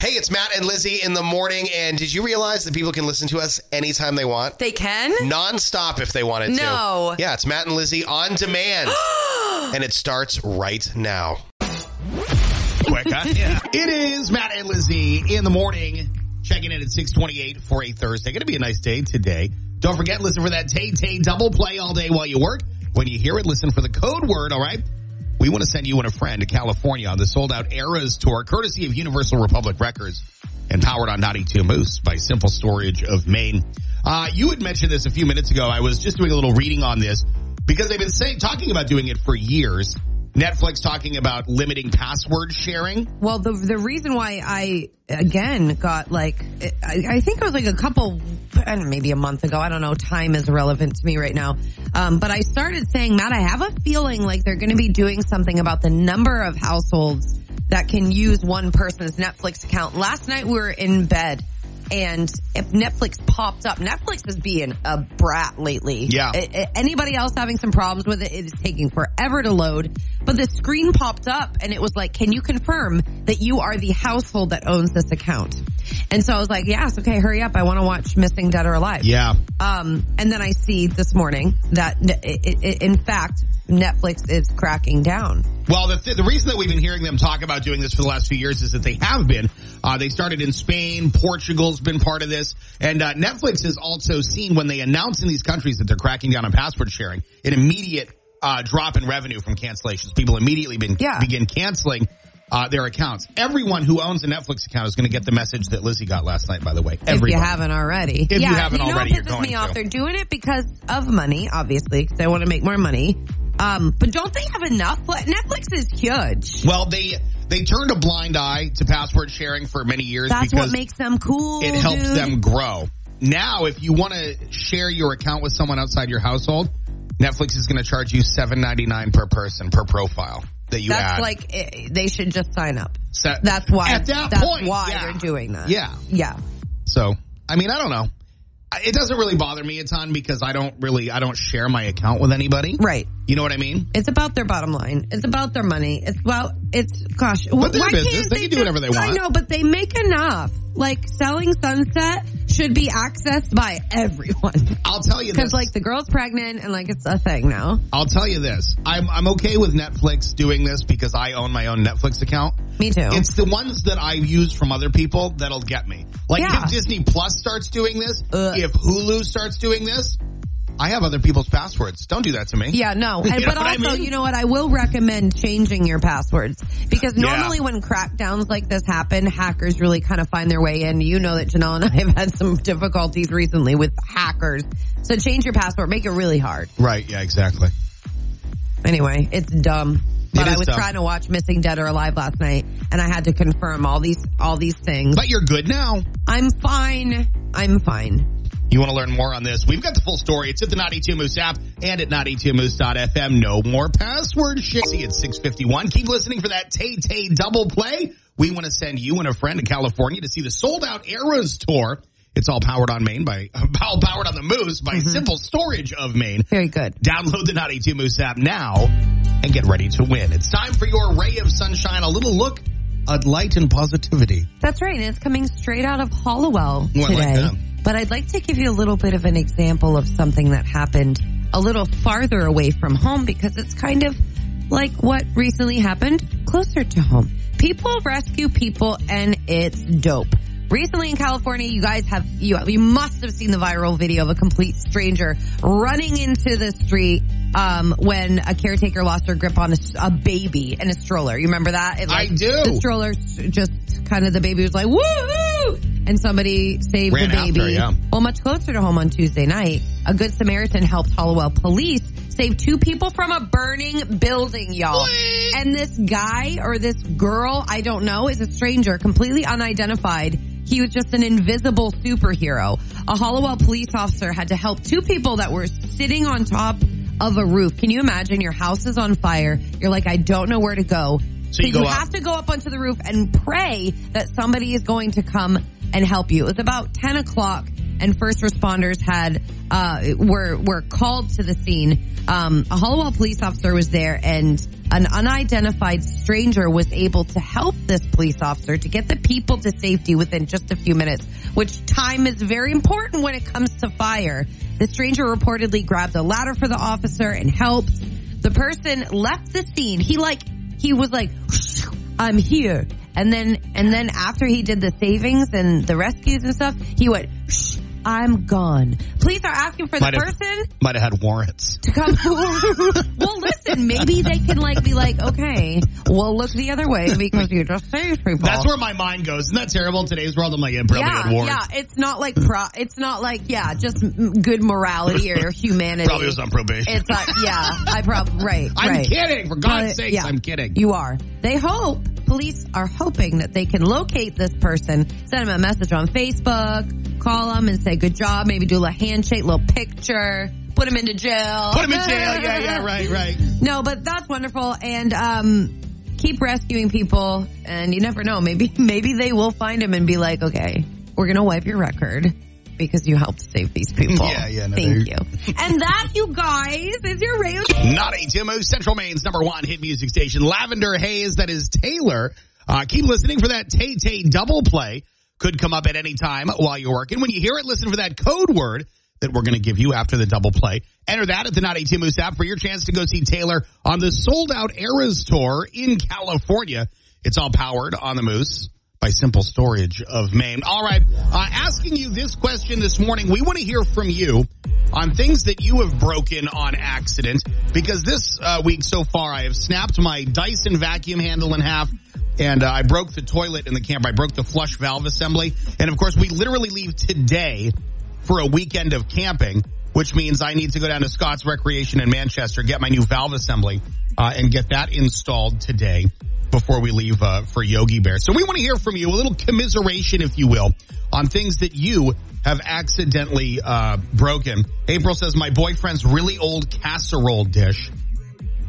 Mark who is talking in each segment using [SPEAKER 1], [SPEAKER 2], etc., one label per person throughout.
[SPEAKER 1] It's Matt and Lizzie in the morning. And did you realize that people can listen to us anytime they want?
[SPEAKER 2] They can?
[SPEAKER 1] Nonstop if they wanted to.
[SPEAKER 2] No.
[SPEAKER 1] Yeah, it's Matt and Lizzie on demand. and it starts right now.
[SPEAKER 3] quick, huh? Yeah.
[SPEAKER 1] It is Matt and Lizzie in the morning. Checking in at 628 for a Thursday. Going to be a nice day today. Don't forget, listen for that Tay Tay double play all day while you work. When you hear it, listen for the code word, all right? We want to send you and a friend to California on the sold out Eras tour, courtesy of Universal Republic Records and powered on 92 Moose by Simple Storage of Maine. Uh, you had mentioned this a few minutes ago. I was just doing a little reading on this because they've been saying, talking about doing it for years. Netflix talking about limiting password sharing.
[SPEAKER 2] Well, the the reason why I again got like I, I think it was like a couple, I don't know, maybe a month ago. I don't know. Time is irrelevant to me right now. Um, but I started saying, Matt, I have a feeling like they're going to be doing something about the number of households that can use one person's Netflix account. Last night we were in bed. And if Netflix popped up, Netflix is being a brat lately.
[SPEAKER 1] Yeah.
[SPEAKER 2] I- I- anybody else having some problems with it, it is taking forever to load. But the screen popped up and it was like, can you confirm that you are the household that owns this account? And so I was like, yes, okay, hurry up. I want to watch Missing Dead or Alive.
[SPEAKER 1] Yeah.
[SPEAKER 2] Um, and then I see this morning that n- i i in fact, Netflix is cracking down.
[SPEAKER 1] Well, the, th- the reason that we've been hearing them talk about doing this for the last few years is that they have been. Uh, they started in Spain, Portugal's been part of this, and uh, Netflix has also seen when they announce in these countries that they're cracking down on password sharing, an immediate uh, drop in revenue from cancellations. People immediately been,
[SPEAKER 2] Yeah.
[SPEAKER 1] begin canceling uh, their accounts. Everyone who owns a Netflix account is going to get the message that Lizzie got last night. By the way,
[SPEAKER 2] If you
[SPEAKER 1] everyone.
[SPEAKER 2] haven't already.
[SPEAKER 1] you
[SPEAKER 2] yeah,
[SPEAKER 1] haven't
[SPEAKER 2] you know
[SPEAKER 1] already,
[SPEAKER 2] what
[SPEAKER 1] you're
[SPEAKER 2] pisses
[SPEAKER 1] going
[SPEAKER 2] me off?
[SPEAKER 1] to.
[SPEAKER 2] They're doing it because of money, obviously, because they want to make more money. Um, but don't they have enough? Like, Netflix is huge.
[SPEAKER 1] well, they they turned a blind eye to password sharing for many years.
[SPEAKER 2] That's
[SPEAKER 1] because
[SPEAKER 2] what makes them cool.
[SPEAKER 1] it helps
[SPEAKER 2] dude.
[SPEAKER 1] them grow. Now, if you want to share your account with someone outside your household, Netflix is going to charge you seven ninety nine per person per profile that you
[SPEAKER 2] That's
[SPEAKER 1] add.
[SPEAKER 2] like eh, they should just sign up.
[SPEAKER 1] So-
[SPEAKER 2] That's why.
[SPEAKER 1] At that
[SPEAKER 2] that's
[SPEAKER 1] point,
[SPEAKER 2] why
[SPEAKER 1] yeah.
[SPEAKER 2] they're doing that.
[SPEAKER 1] Yeah.
[SPEAKER 2] Yeah.
[SPEAKER 1] So, I mean, I don't know. I- It doesn't really bother me a ton because I don't really I don't share my account with anybody.
[SPEAKER 2] Right.
[SPEAKER 1] You know what I mean?
[SPEAKER 2] It's about their bottom line. It's about their money. It's about it's gosh.
[SPEAKER 1] But their
[SPEAKER 2] why
[SPEAKER 1] business.
[SPEAKER 2] can't
[SPEAKER 1] They can do whatever they
[SPEAKER 2] just- I
[SPEAKER 1] want.
[SPEAKER 2] know, but they make enough. Like selling sunset should be accessed by everyone
[SPEAKER 1] I'll tell you
[SPEAKER 2] because
[SPEAKER 1] this.
[SPEAKER 2] like the girl's pregnant and like it's a thing now.
[SPEAKER 1] I'll tell you this. I'm I'm okay with Netflix doing this because I own my own Netflix account.
[SPEAKER 2] Me too.
[SPEAKER 1] It's the ones that I've used from other people that'll get me. Like
[SPEAKER 2] Yeah. Uh.
[SPEAKER 1] if Disney Plus starts doing this,
[SPEAKER 2] Ugh.
[SPEAKER 1] if Hulu starts doing this, I have other people's passwords. Don't do that to me.
[SPEAKER 2] Yeah, no. And,
[SPEAKER 1] You know
[SPEAKER 2] but
[SPEAKER 1] what I
[SPEAKER 2] also,
[SPEAKER 1] mean?
[SPEAKER 2] you know what? I will recommend changing your passwords because
[SPEAKER 1] Yeah.
[SPEAKER 2] normally when crackdowns like this happen, hackers really kind of find their way in. You know that Janelle and I have had some difficulties recently with hackers. So change your password. Make it really hard.
[SPEAKER 1] Right. Yeah. Exactly.
[SPEAKER 2] Anyway, it's dumb. But
[SPEAKER 1] It is
[SPEAKER 2] I was
[SPEAKER 1] dumb.
[SPEAKER 2] trying to watch Missing Dead or Alive last night and I had to confirm all these, all these things.
[SPEAKER 1] But you're good now.
[SPEAKER 2] I'm fine. I'm fine.
[SPEAKER 1] You want to learn more on this? We've got the full story. It's at the 92 Moose app and at 92moose.fm. No more password shit. See, it's 651. Keep listening for that Tay Tay double play. We want to send you and a friend to California to see the sold out Eras tour. It's all powered on Maine by, all powered on the Moose by Simple Storage of Maine.
[SPEAKER 2] Very good.
[SPEAKER 1] Download the Naughty 2 Moose app now and get ready to win. It's time for your ray of sunshine, a little look at light and positivity.
[SPEAKER 2] That's right, and it's coming straight out of Hollowell
[SPEAKER 1] Ooh, I like
[SPEAKER 2] today.
[SPEAKER 1] that.
[SPEAKER 2] but I'd like to give you a little bit of an example of something that happened a little farther away from home because it's kind of like what recently happened closer to home. People rescue people and it's dope. Recently in California, you guys have you you must have seen the viral video of a complete stranger running into the street um, when a caretaker lost her grip on a, a baby in a stroller. You remember that? It,
[SPEAKER 1] I
[SPEAKER 2] like,
[SPEAKER 1] do.
[SPEAKER 2] The stroller just kind of the baby was like woohoo, and somebody saved
[SPEAKER 1] Ran
[SPEAKER 2] the baby.
[SPEAKER 1] after, yeah.
[SPEAKER 2] Well, much closer to home on Tuesday night, a good Samaritan helped Hollowell police save two people from a burning building, y'all. And this guy or this girl, I don't know, is a stranger, completely unidentified. He was just an invisible superhero. A Hollowell police officer had to help two people that were sitting on top
[SPEAKER 1] Mm-hmm.
[SPEAKER 2] of a roof. Can you imagine your house is on fire? You're like, I don't know where to go.
[SPEAKER 1] So you go up.
[SPEAKER 2] have to go up onto the roof and pray that somebody is going to come and help you. It was about 10 o'clock and first responders had, uh, were, were called to the scene. Um, a Hollowell police officer was there and an unidentified stranger was able to help this police officer to get the people to safety within just a few minutes, which time is very important when it comes to fire. The stranger reportedly grabbed a ladder for the officer and helped. The person left the scene. He like, he was like, I'm here. And then, and then after he did the savings and the rescues and stuff, he went, I'm gone. Police are asking for the
[SPEAKER 1] Might have-
[SPEAKER 2] person
[SPEAKER 1] Might have had warrants.
[SPEAKER 2] to come. well, listen, maybe they can like be like, okay, we'll look the other way because you just saved people.
[SPEAKER 1] That's where my mind goes. Isn't that terrible? Today's world, I'm like, yeah, probably
[SPEAKER 2] yeah,
[SPEAKER 1] had warrants.
[SPEAKER 2] yeah, it's not like pro. It's not like yeah, just m- good morality or humanity.
[SPEAKER 1] Probably was on probation.
[SPEAKER 2] It's like yeah, I probably right.
[SPEAKER 1] I'm
[SPEAKER 2] right.
[SPEAKER 1] kidding. For
[SPEAKER 2] Uh,
[SPEAKER 1] God's sake,
[SPEAKER 2] yeah.
[SPEAKER 1] I'm kidding.
[SPEAKER 2] You are. They hope police are hoping that they can locate this person, send him a message on Facebook, call him and say good job, maybe do a little handshake, little picture, put him into jail.
[SPEAKER 1] Put him in jail. Yeah, yeah, right, right.
[SPEAKER 2] No, but that's wonderful. And um, keep rescuing people. And you never know. Maybe maybe they will find him and be like, okay, we're gonna wipe your record because you helped save these people.
[SPEAKER 1] Yeah, yeah, no,
[SPEAKER 2] Thank you.
[SPEAKER 1] they're-
[SPEAKER 2] and that, you guys, is your radio.
[SPEAKER 1] Naughty Timo, Central Maine's number one hit music station, Lavender Haze. That is Taylor. Uh, keep listening for that Tay Tay double play. Could come up at any time while you're working. When you hear it, listen for that code word that we're going to give you after the double play. Enter that at the Naughty Timo's app for your chance to go see Taylor on the sold out Eras tour in California. It's all powered on the Moose by Simple Storage of Maine. All right. Uh, asking you this question this morning, we want to hear from you on things that you have broken on accident because this uh, week so far I have snapped my Dyson vacuum handle in half and uh, I broke the toilet in the camp. I broke the flush valve assembly. And of course, we literally leave today for a weekend of camping, which means I need to go down to Scott's Recreation in Manchester, get my new valve assembly, uh, and get that installed today before we leave uh, for Yogi Bear. So we want to hear from you, a little commiseration, if you will, on things that you have accidentally uh, broken. April says, my boyfriend's really old casserole dish.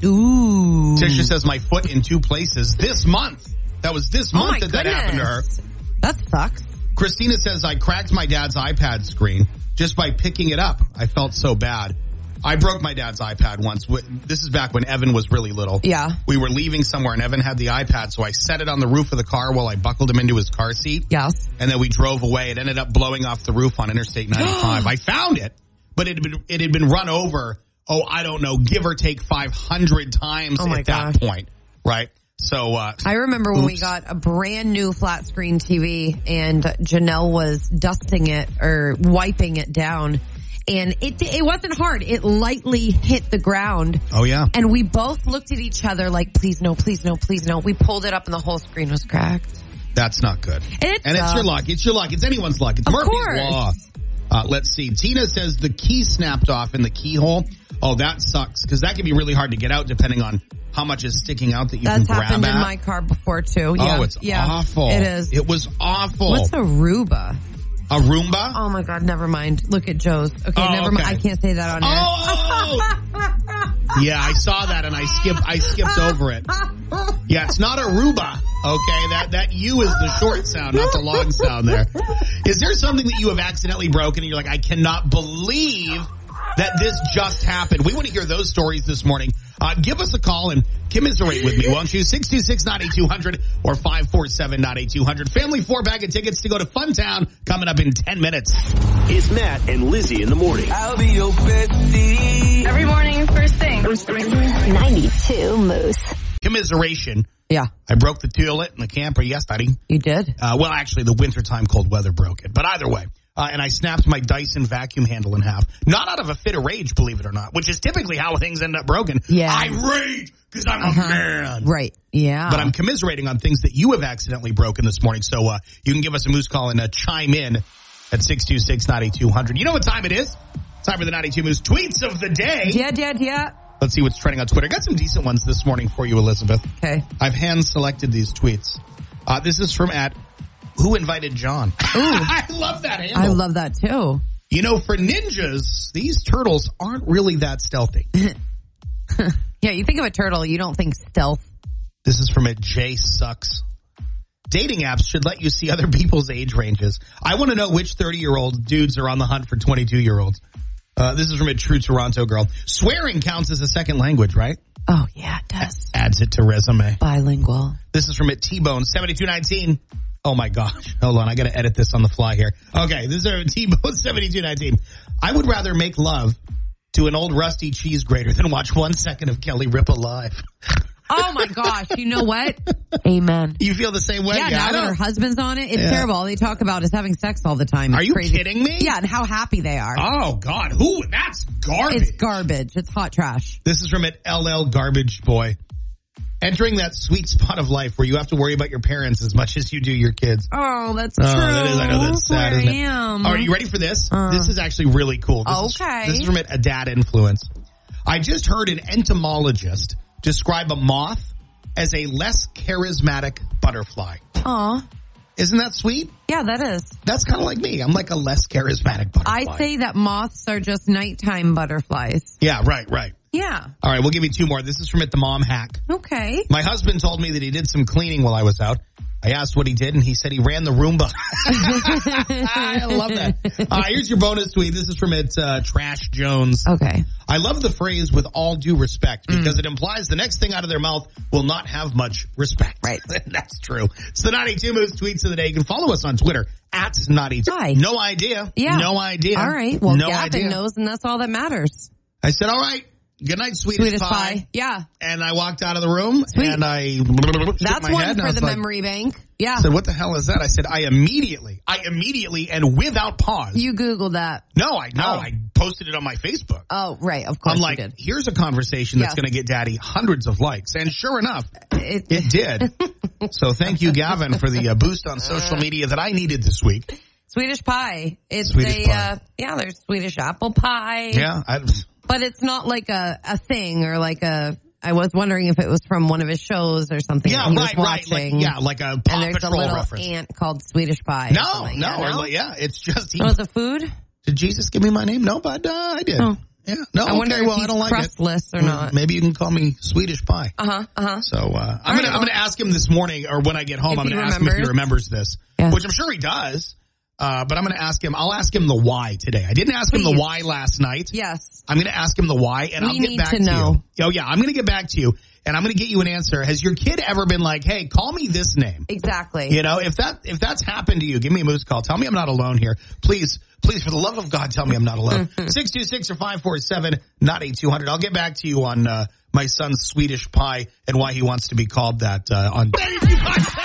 [SPEAKER 2] Ooh.
[SPEAKER 1] Tisha says, my foot in two places this month. That was this
[SPEAKER 2] Oh my
[SPEAKER 1] month that that happened to her.
[SPEAKER 2] goodness. That sucks.
[SPEAKER 1] Christina says, I cracked my dad's iPad screen just by picking it up. I felt so bad. I broke my dad's iPad once. Wh- This is back when Evan was really little.
[SPEAKER 2] Yeah.
[SPEAKER 1] We were leaving somewhere and Evan had the iPad, so I set it on the roof of the car while I buckled him into his car seat.
[SPEAKER 2] Yes.
[SPEAKER 1] And then we drove away. It ended up blowing off the roof on Interstate 95. I found it, but it had been, it had been run over, oh, I don't know, give or take 500 times
[SPEAKER 2] Oh my
[SPEAKER 1] at
[SPEAKER 2] gosh.
[SPEAKER 1] that point. Right? So, uh,
[SPEAKER 2] I remember when we
[SPEAKER 1] Oops.
[SPEAKER 2] got a brand new flat screen TV and Janelle was dusting it or wiping it down and it it wasn't hard. It lightly hit the ground
[SPEAKER 1] oh yeah.
[SPEAKER 2] and we both looked at each other like please no, please no, please no. We pulled it up and the whole screen was cracked.
[SPEAKER 1] That's not good.
[SPEAKER 2] It
[SPEAKER 1] and it's
[SPEAKER 2] sucks.
[SPEAKER 1] your luck. It's your luck. It's anyone's luck. It's
[SPEAKER 2] Of
[SPEAKER 1] Murphy's
[SPEAKER 2] course.
[SPEAKER 1] law. Uh, let's see. Tina says the key snapped off in the keyhole. Oh, that sucks because that can be really hard to get out depending on how much is sticking out that you
[SPEAKER 2] That's
[SPEAKER 1] can grab
[SPEAKER 2] happened
[SPEAKER 1] at.
[SPEAKER 2] in my car before too. Yeah.
[SPEAKER 1] Oh, it's
[SPEAKER 2] yeah.
[SPEAKER 1] awful.
[SPEAKER 2] It is.
[SPEAKER 1] It was awful.
[SPEAKER 2] What's Aruba?
[SPEAKER 1] a Roomba?
[SPEAKER 2] Oh my god, never mind. Look at Joe's. Okay,
[SPEAKER 1] Oh,
[SPEAKER 2] never mind. I
[SPEAKER 1] okay.
[SPEAKER 2] can't say that on air.
[SPEAKER 1] Oh! yeah, I saw that and I skipped. I skipped over it. Yeah, it's not Aruba. Okay, that that U is the short sound, not the long sound. There. Is there something that you have accidentally broken and you're like, I cannot believe that this just happened? We want to hear those stories this morning. Uh, give us a call and commiserate with me, won't you? 626-9200 or 547-9200. Family four bag of tickets to go to Funtown coming up in 10 minutes.
[SPEAKER 4] It's Matt and Lizzie in the morning.
[SPEAKER 5] I'll be your bestie.
[SPEAKER 6] Every morning, first thing.
[SPEAKER 7] 92 Moose.
[SPEAKER 1] Commiseration.
[SPEAKER 2] Yeah,
[SPEAKER 1] I broke the toilet in the camper yesterday.
[SPEAKER 2] you did.
[SPEAKER 1] Uh, well, actually, the wintertime cold weather broke it. But either way, uh, and I snapped my Dyson vacuum handle in half. Not out of a fit of rage, believe it or not, which is typically how things end up broken.
[SPEAKER 2] Yeah. Uh-huh.
[SPEAKER 1] I rage because I'm a man.
[SPEAKER 2] Right. Yeah.
[SPEAKER 1] But I'm commiserating on things that you have accidentally broken this morning. So uh, you can give us a moose call and uh, chime in at 626-9200. You know what time it is? Time for the 92 Moose Tweets of the Day.
[SPEAKER 2] Yeah, yeah, yeah.
[SPEAKER 1] Let's see what's trending on Twitter. Got some decent ones this morning for you, Elizabeth.
[SPEAKER 2] Okay.
[SPEAKER 1] I've hand selected these tweets. Uh, this is from at who invited John. I love that handle.
[SPEAKER 2] I love that too.
[SPEAKER 1] you know, for ninjas, these turtles aren't really that stealthy.
[SPEAKER 2] Yeah, you think of a turtle, you don't think stealth.
[SPEAKER 1] this is from at J sucks. Dating apps should let you see other people's age ranges. I want to know which 30 year old dudes are on the hunt for 22 year olds. Uh, this is from a true Toronto girl. Swearing counts as a second language, right?
[SPEAKER 2] Oh, yeah, it does.
[SPEAKER 1] Adds it to resume.
[SPEAKER 2] Bilingual.
[SPEAKER 1] This is from at T-Bone 7219. Oh my gosh. Hold on. I got to edit this on the fly here. Okay. This is from T-Bone 7219. I would rather make love to an old rusty cheese grater than watch one second of Kelly Ripa live.
[SPEAKER 2] Oh my gosh. You know what? Amen.
[SPEAKER 1] You feel the same way?
[SPEAKER 2] Yeah, now that
[SPEAKER 1] I don't-
[SPEAKER 2] her husband's on it, it's
[SPEAKER 1] Yeah.
[SPEAKER 2] terrible. All they talk about is having sex all the time. It's
[SPEAKER 1] Are you
[SPEAKER 2] crazy.
[SPEAKER 1] kidding me?
[SPEAKER 2] Yeah, and how happy they are.
[SPEAKER 1] Oh God. Who? That's garbage.
[SPEAKER 2] It's garbage. It's hot trash.
[SPEAKER 1] This is from an LL Garbage Boy. Entering that sweet spot of life where you have to worry about your parents as much as you do your kids.
[SPEAKER 2] Oh, that's
[SPEAKER 1] Oh, that is, I know that's sad.
[SPEAKER 2] Where
[SPEAKER 1] isn't it?
[SPEAKER 2] I am.
[SPEAKER 1] All right, you ready for this? this is actually really cool. This
[SPEAKER 2] Uh. Okay.
[SPEAKER 1] Is, this is from a dad influence. I just heard an entomologist describe a moth as a less charismatic butterfly.
[SPEAKER 2] Aw.
[SPEAKER 1] Isn't that sweet?
[SPEAKER 2] Yeah, that is.
[SPEAKER 1] That's kind of like me. I'm like a less charismatic butterfly.
[SPEAKER 2] I say that moths are just nighttime butterflies.
[SPEAKER 1] Yeah, right, right.
[SPEAKER 2] Yeah.
[SPEAKER 1] All right, we'll give you two more. This is from it, the mom hack.
[SPEAKER 2] Okay.
[SPEAKER 1] My husband told me that he did some cleaning while I was out. I asked what he did, and he said he ran the Roomba. I love that. Uh, here's your bonus tweet. This is from it, uh, Trash Jones.
[SPEAKER 2] Okay.
[SPEAKER 1] I love the phrase "with all due respect"
[SPEAKER 2] Mm.
[SPEAKER 1] because it implies the next thing out of their mouth will not have much respect.
[SPEAKER 2] Right.
[SPEAKER 1] That's true. It's the Naughty Two Moves tweets of the day. You can follow us on Twitter at Naughty Two.
[SPEAKER 2] Hi.
[SPEAKER 1] No idea.
[SPEAKER 2] Yeah.
[SPEAKER 1] No idea.
[SPEAKER 2] All right. Well,
[SPEAKER 1] no
[SPEAKER 2] Gavin
[SPEAKER 1] idea.
[SPEAKER 2] knows, and that's all that matters.
[SPEAKER 1] I said, "All right, good night, sweetest,
[SPEAKER 2] Sweetest
[SPEAKER 1] pie.
[SPEAKER 2] pie. Yeah.
[SPEAKER 1] And I walked out of the room and I shook
[SPEAKER 2] That's
[SPEAKER 1] my
[SPEAKER 2] one
[SPEAKER 1] head and I
[SPEAKER 2] for
[SPEAKER 1] was
[SPEAKER 2] the
[SPEAKER 1] like,
[SPEAKER 2] memory bank. Yeah.
[SPEAKER 1] I said, "What the hell is that?" I said, "I immediately, I immediately, and without pause."
[SPEAKER 2] you Googled that.
[SPEAKER 1] no, I no,
[SPEAKER 2] Oh.
[SPEAKER 1] I posted it on my Facebook.
[SPEAKER 2] Oh, right. Of course
[SPEAKER 1] I'm
[SPEAKER 2] you
[SPEAKER 1] like,
[SPEAKER 2] did.
[SPEAKER 1] here's a conversation that's
[SPEAKER 2] Yeah.
[SPEAKER 1] going to get Daddy hundreds of likes, and sure enough,
[SPEAKER 2] It-
[SPEAKER 1] it did. so thank you, Gavin, for the uh, boost on social media that I needed this week.
[SPEAKER 2] Swedish pie. It's a
[SPEAKER 1] Swedish pie.
[SPEAKER 2] Uh, yeah, there's Swedish apple pie.
[SPEAKER 1] Yeah, I,
[SPEAKER 2] But it's not like a, a thing or like a I was wondering if it was from one of his shows or something.
[SPEAKER 1] yeah,
[SPEAKER 2] that he
[SPEAKER 1] right,
[SPEAKER 2] was
[SPEAKER 1] right, like,
[SPEAKER 2] watching.
[SPEAKER 1] yeah, like a
[SPEAKER 2] And
[SPEAKER 1] Paw
[SPEAKER 2] there's a
[SPEAKER 1] Patrol
[SPEAKER 2] little
[SPEAKER 1] reference.
[SPEAKER 2] ant called Swedish pie. or
[SPEAKER 1] no,
[SPEAKER 2] something.
[SPEAKER 1] no,
[SPEAKER 2] Yeah,
[SPEAKER 1] or like- yeah, it's just he,
[SPEAKER 2] It was a food.
[SPEAKER 1] did Jesus give me my name? No, but uh, I did.
[SPEAKER 2] Oh.
[SPEAKER 1] Yeah, no,
[SPEAKER 2] I wonder
[SPEAKER 1] okay,
[SPEAKER 2] if
[SPEAKER 1] well,
[SPEAKER 2] he's
[SPEAKER 1] I don't like it. Mm,
[SPEAKER 2] crustless or not.
[SPEAKER 1] Maybe you can call me Swedish Pie.
[SPEAKER 2] Uh huh. Uh huh.
[SPEAKER 1] So uh, I'm
[SPEAKER 2] right,
[SPEAKER 1] gonna I'm
[SPEAKER 2] well-
[SPEAKER 1] gonna ask him this morning or when I get home.
[SPEAKER 2] If
[SPEAKER 1] I'm
[SPEAKER 2] he
[SPEAKER 1] gonna ask him if he remembers this,
[SPEAKER 2] Yeah.
[SPEAKER 1] which I'm sure he does. Uh, but I'm gonna ask him. I'll ask him the why today. I didn't ask him
[SPEAKER 2] Please.
[SPEAKER 1] the why last night.
[SPEAKER 2] Yes.
[SPEAKER 1] I'm gonna ask him the why, and
[SPEAKER 2] We
[SPEAKER 1] I'll get
[SPEAKER 2] need
[SPEAKER 1] back
[SPEAKER 2] to
[SPEAKER 1] to,
[SPEAKER 2] know.
[SPEAKER 1] you. Oh yeah, I'm gonna get back to you, and I'm gonna get you an answer. Has your kid ever been like, "Hey, call me this name"?
[SPEAKER 2] Exactly.
[SPEAKER 1] You know, if that if that's happened to you, give me a moose call. Tell me I'm not alone here. Please, please, for the love of God, tell me I'm not alone. 626 or 547 not 8200. I'll get back to you on uh, my son's Swedish pie and why he wants to be called that uh, on